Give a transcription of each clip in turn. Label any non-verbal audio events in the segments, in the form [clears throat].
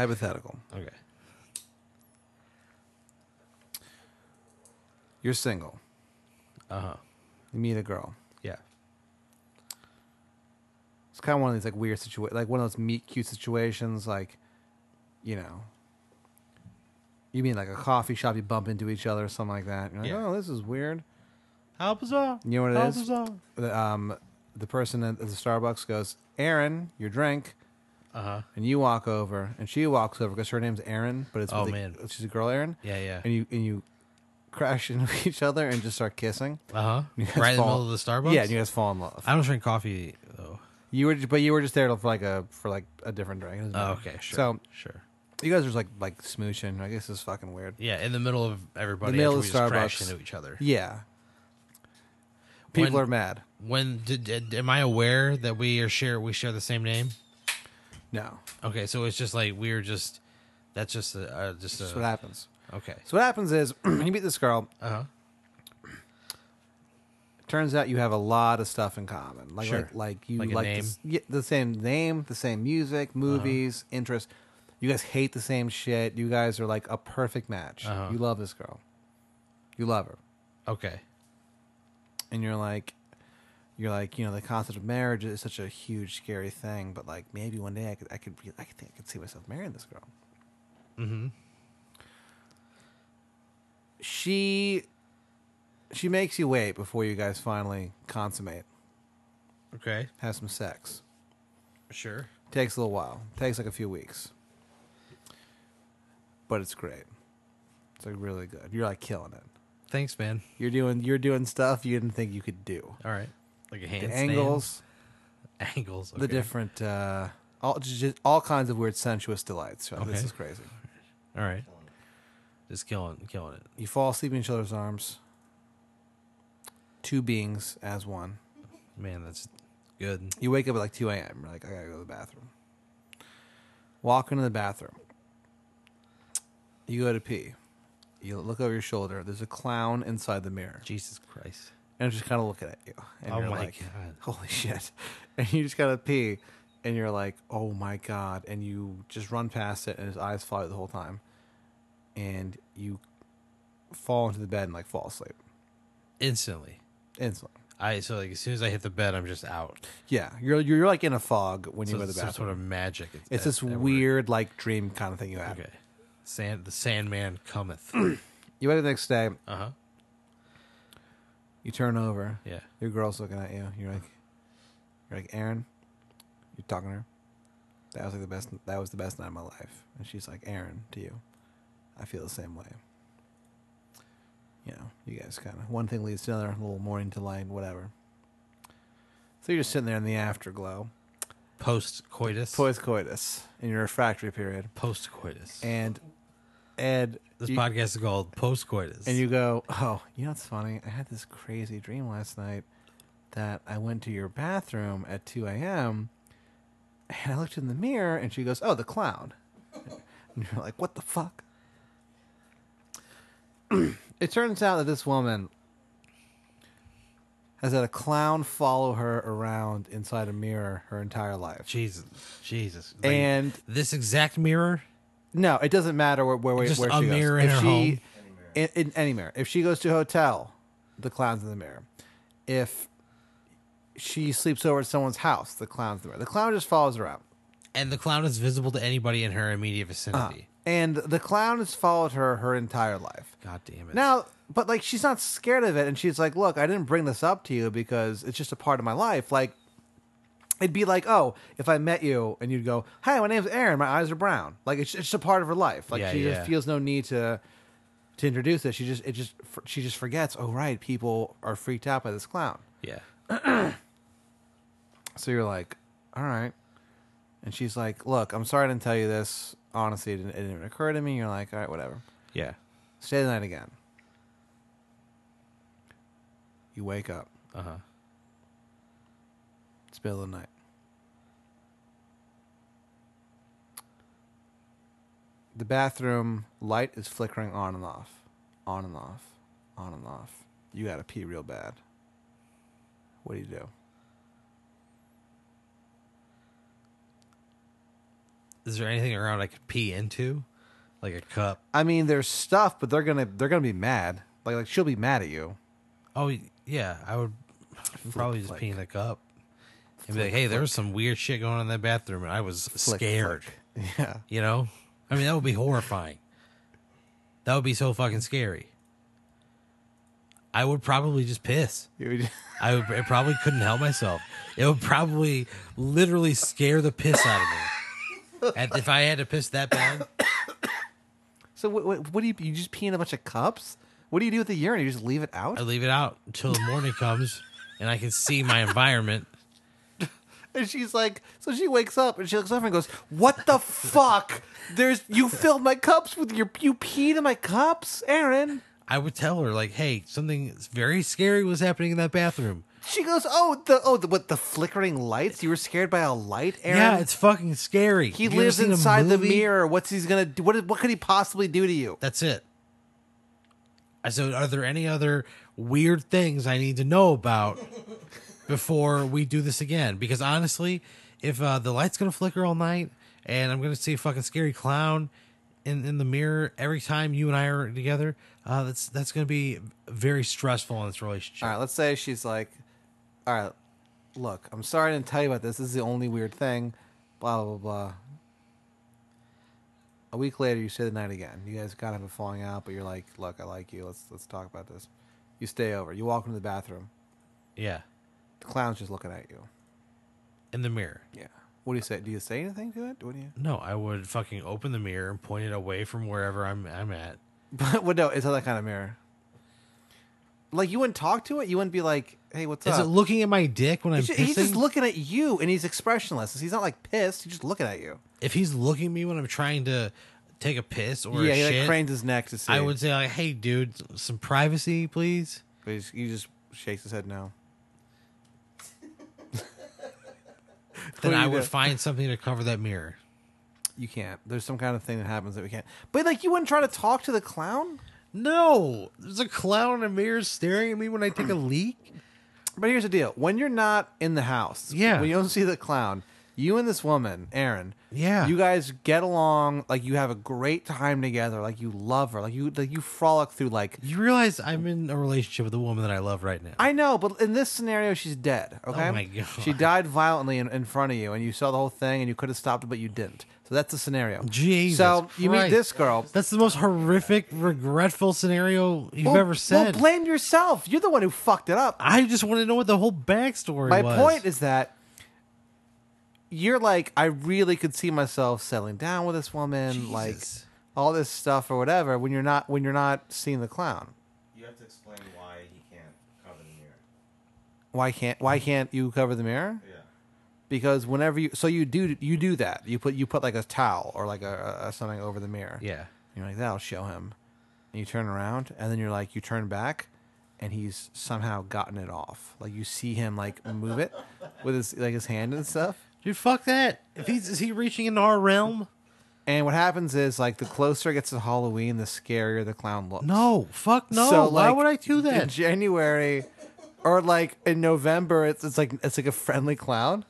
Hypothetical. Okay. You're single. Uh huh. You meet a girl. Yeah. It's kind of one of these like weird situations, like one of those meet cute situations, like, you know. You mean like a coffee shop? You bump into each other or something like that. You're like, Yeah. oh, this is weird. How bizarre. You know what it How is? bizarre. The, um, the person at the Starbucks goes, "Aaron, your drink," Uh huh. and you walk over, and she walks over because her name's Aaron, but it's Oh, with a- man. she's a girl, Aaron. Yeah, yeah. and you and you crash [laughs] into each other and just start kissing. Uh [laughs] You huh. guys Right in the fall- middle of the Starbucks. Yeah, and you guys fall in love. I don't drink coffee though. You were, ju- but you were just there for like a for like a different drink. It doesn't Oh, matter. okay, sure. So sure. you guys are just like like smooching. I guess it's fucking weird. Yeah, in the middle of everybody, The middle after of we just crash Starbucks. into each other. Yeah. People When- are mad. When did, did- am I aware that we are share we share the same name? No, Okay, so it's just like we're just that's just a, uh, just that's a what happens. okay. So what happens is [clears throat] you meet this girl. Uh huh. Turns out you have a lot of stuff in common. Like Sure. like, like you Like like, a the name? Uh-huh. s- yeah, the same name, the same music, movies, interests. You guys hate the same shit. You guys are like a perfect match. Uh-huh. You love this girl. You love her. Okay. and you're like you're like you know the concept of marriage is such a huge scary thing but like maybe one day i could i could re- i could think i could see myself marrying this girl mm-hmm she she makes you wait before you guys finally consummate Okay. have some sex Sure. takes a little while takes like a few weeks but it's great it's like really good you're like killing it Thanks, man. you're doing you're doing stuff you didn't think you could do All right. Like a the hand angles [laughs] angles. the okay. different uh all just, just all kinds of weird sensuous delights. You're like, This Okay. is crazy. All right. Just killing, killing it. You fall asleep in each other's arms. Two beings as one. Man, that's good. You wake up at like two a.m. You're like, I gotta go to the bathroom. Walk into the bathroom. You go to pee. You look over your shoulder. There's a clown inside the mirror, Jesus Christ. and it's just kind of looking at you. And Oh you're my like, God. Holy shit! [laughs] And you just gotta pee, and you're like, "Oh my god!" And you just run past it, and his eyes follow you the whole time, and you fall into the bed and like fall asleep Instantly. instantly. I so like as soon as I hit the bed, I'm just out. Yeah, you're you're like in a fog when you So go to it's the some bathroom. sort of magic. it's at- this at work. weird like dream kind of thing you have. Okay. Sand. The Sandman [clears throat] cometh. Uh-huh. You wake up the next day. Uh huh. You turn over. Yeah. Your girl's looking at you. You're like, you're like Aaron. You're talking to her. That was like the best. That was the best night of my life. And she's like, Aaron, to you, I feel the same way. You know, you guys kind of one thing leads to another. A little morning delight, whatever. So you're just sitting there in the afterglow, Post coitus. post coitus, in your refractory period, Post coitus. and Ed, This you- podcast is called Post Coitus. and you go, oh, you know what's funny? I had this crazy dream last night that I went to your bathroom at 2 a.m. and I looked in the mirror and she goes, oh, the clown. [laughs] And you're like, what the fuck? it turns out that this woman has had a clown follow her around inside a mirror her entire life. Jesus, Jesus, Like, And- this exact mirror. No, it doesn't matter where where, Just where a she mirror goes. in if her she home. In, in any mirror, if she goes to a hotel, the clown's in the mirror. If she sleeps over at someone's house, the clown's in the mirror. The clown just follows her out, and the clown is visible to anybody in her immediate vicinity. and the clown has followed her her entire life. God damn it! Now, but like she's not scared of it, and she's like, "Look, I didn't bring this up to you because it's just a part of my life." Like, it'd be like, "Oh, if I met you and you'd go, hi, my name's Aaron, my eyes are brown.' Like, it's, it's just a part of her life. Like, Yeah, she yeah. just feels no need to to introduce it. She just it just she just forgets. Oh, right, people are freaked out by this clown. yeah, So you're like, all right. And she's like, look, I'm sorry I didn't tell you this. Honestly, it didn't, it didn't even occur to me. You're like, all right, whatever. yeah. Stay the night again. You wake up. Uh huh. It's middle of the night. The bathroom light is flickering on and off, on and off, on and off. You gotta pee real bad. What do you do? is there anything around I could pee into, like a cup? I mean, there's stuff, but they're gonna they're gonna be mad. Like like she'll be mad at you. Oh yeah, I would probably just pee in a cup. And be like, hey, there was some weird shit going on in that bathroom, and I was Flick, scared. flick. Yeah. You know, I mean, that would be horrifying. That would be so fucking scary. I would probably just piss. You would- [laughs] I, would, I probably couldn't help myself. It would probably literally scare the piss out of me. And if I had to piss that bad, so what, what, what do you you just pee in a bunch of cups? What do you do with the urine? You just leave it out? I leave it out until the morning comes and I can see my environment. And she's like, so she wakes up and she looks over and goes, "What the fuck? There's you filled my cups with your you peed in my cups, Aaron." I would tell her, like, hey, something very scary was happening in that bathroom. She goes, "Oh, the oh, the, what the flickering lights? You were scared by a light, Aaron." Yeah, it's fucking scary. he Have you ever lives seen a inside the movie? mirror. What's he's gonna do? What what could he possibly do to you? That's it. I said, are there any other weird things I need to [laughs] know about before we do this again? Because honestly, if uh, the light's gonna flicker all night and I'm gonna see a fucking scary clown in, in the mirror every time you and I are together, uh, that's that's gonna be very stressful in this relationship. All right, let's say she's like, "All right, look, I'm sorry I didn't tell you about this. This is the only weird thing." Blah blah blah. blah. A week later, you say the night again. You guys kind of have a falling out, but you're like, "Look, I like you. Let's let's talk about this." You stay over. You walk into the bathroom. Yeah, The clown's just looking at you. in the mirror. Yeah. What do you say? Do you say anything to it? What do you? [laughs] No, I would fucking open the mirror and point it away from wherever I'm I'm at. But well, no, it's not that kind of mirror. Like you wouldn't talk to it. You wouldn't be like, "Hey, what's Is up?" it looking at my dick when I'm He's ju- he's just pissing? looking at you, and he's expressionless. He's not like pissed. He's just looking at you. if he's looking at me when I'm trying to take a piss or yeah, a he shit, like cranes his neck to see. I would say like, "Hey, dude, s- some privacy, please." But he's, he just shakes his head [laughs] no. Then do I you would do? find something to cover that mirror. You can't. There's some kind of thing that happens that we can't. But like, you wouldn't try to talk to the clown. No, there's a clown in a mirror staring at me when I take a leak. But here's the deal: when you're not in the house, Yeah. when you don't see the clown, you and this woman, Aaron, Yeah. you guys get along like you have a great time together. Like you love her. Like you like you frolic through like. [clears throat] You realize I'm in a relationship with a woman that I love right now. I know, but in this scenario, she's dead. Okay, Oh my God. she died violently in, in front of you, and you saw the whole thing, and you could have stopped it, but you didn't. So that's the scenario. Jesus So you meet Christ. this girl. That's the most horrific, regretful scenario you've Well- ever said. Well, blame yourself. You're the one who fucked it up. I just want to know what the whole backstory My was. point is that you're like, I really could see myself settling down with this woman, like Jesus. all this stuff or whatever. When you're not, when you're not seeing the clown, You have to explain why he can't cover the mirror. why can't why can't you cover the mirror? Yeah. Because whenever you, so you do you do that. You put you put like a towel or like a, a something over the mirror. yeah. You're like, that'll show him. And you turn around, and then you're like, you turn back, and he's somehow gotten it off. Like you see him like move it with his like his hand and stuff. Dude, fuck that. If he's is he reaching into our realm? And what happens is like the closer it gets to Halloween, the scarier the clown looks. No, fuck no. So, Why like, would I do In that? January, or like in November, it's it's like it's like a friendly clown.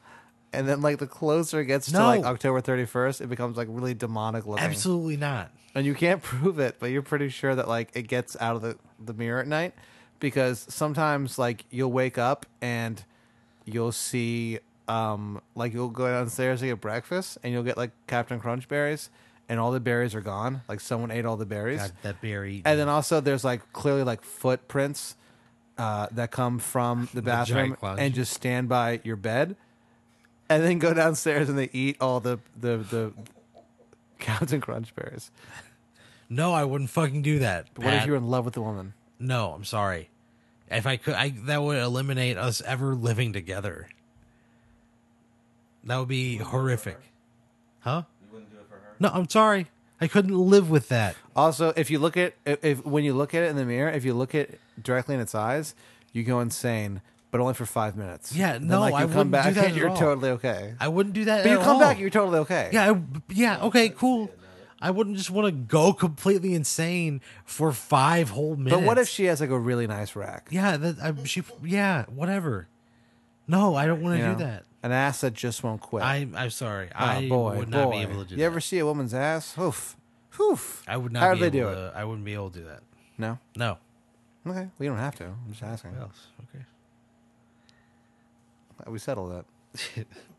And then, like the closer it gets to No. like October thirty first, it becomes like really demonic looking. Absolutely not. and you can't [laughs] prove it, but you're pretty sure that like it gets out of the, the mirror at night because sometimes like you'll wake up and you'll see um like you'll go downstairs to get breakfast and you'll get like Captain Crunch berries and all the berries are gone. Like someone ate all the berries. God, that berry. And then also there's like clearly like footprints uh, that come from the bathroom closet. and just stand by your bed, and then go downstairs and they eat all the the the Captain Crunch berries. no, I wouldn't fucking do that. What if Pat. you were in love with the woman? No, I'm sorry. If I could, I that would eliminate us ever living together. That would be horrific, huh? You wouldn't do it for her? No, I'm sorry. I couldn't live with that. Also, if you look at if, if when you look at it in the mirror, if you look at directly in its eyes, you go insane, but only for five minutes. Yeah, Then, no, I you wouldn't do come back that and at you're all. totally okay. I wouldn't do that. But you at come all. back, you're totally okay. Yeah, I, yeah. Okay, cool. I wouldn't just want to go completely insane for five whole minutes. But what if she has like a really nice rack? Yeah, that I, she. Yeah, whatever. No, I don't want to You know? do that. an ass that just won't quit. I, I'm sorry. Oh, I boy, would not boy. be able to do You that. ever see a woman's ass? Hoof, hoof. I would not How be do they able do to, I wouldn't be able to do that. No. No. Okay. We don't have to. I'm just asking. What else? Okay. We settled that.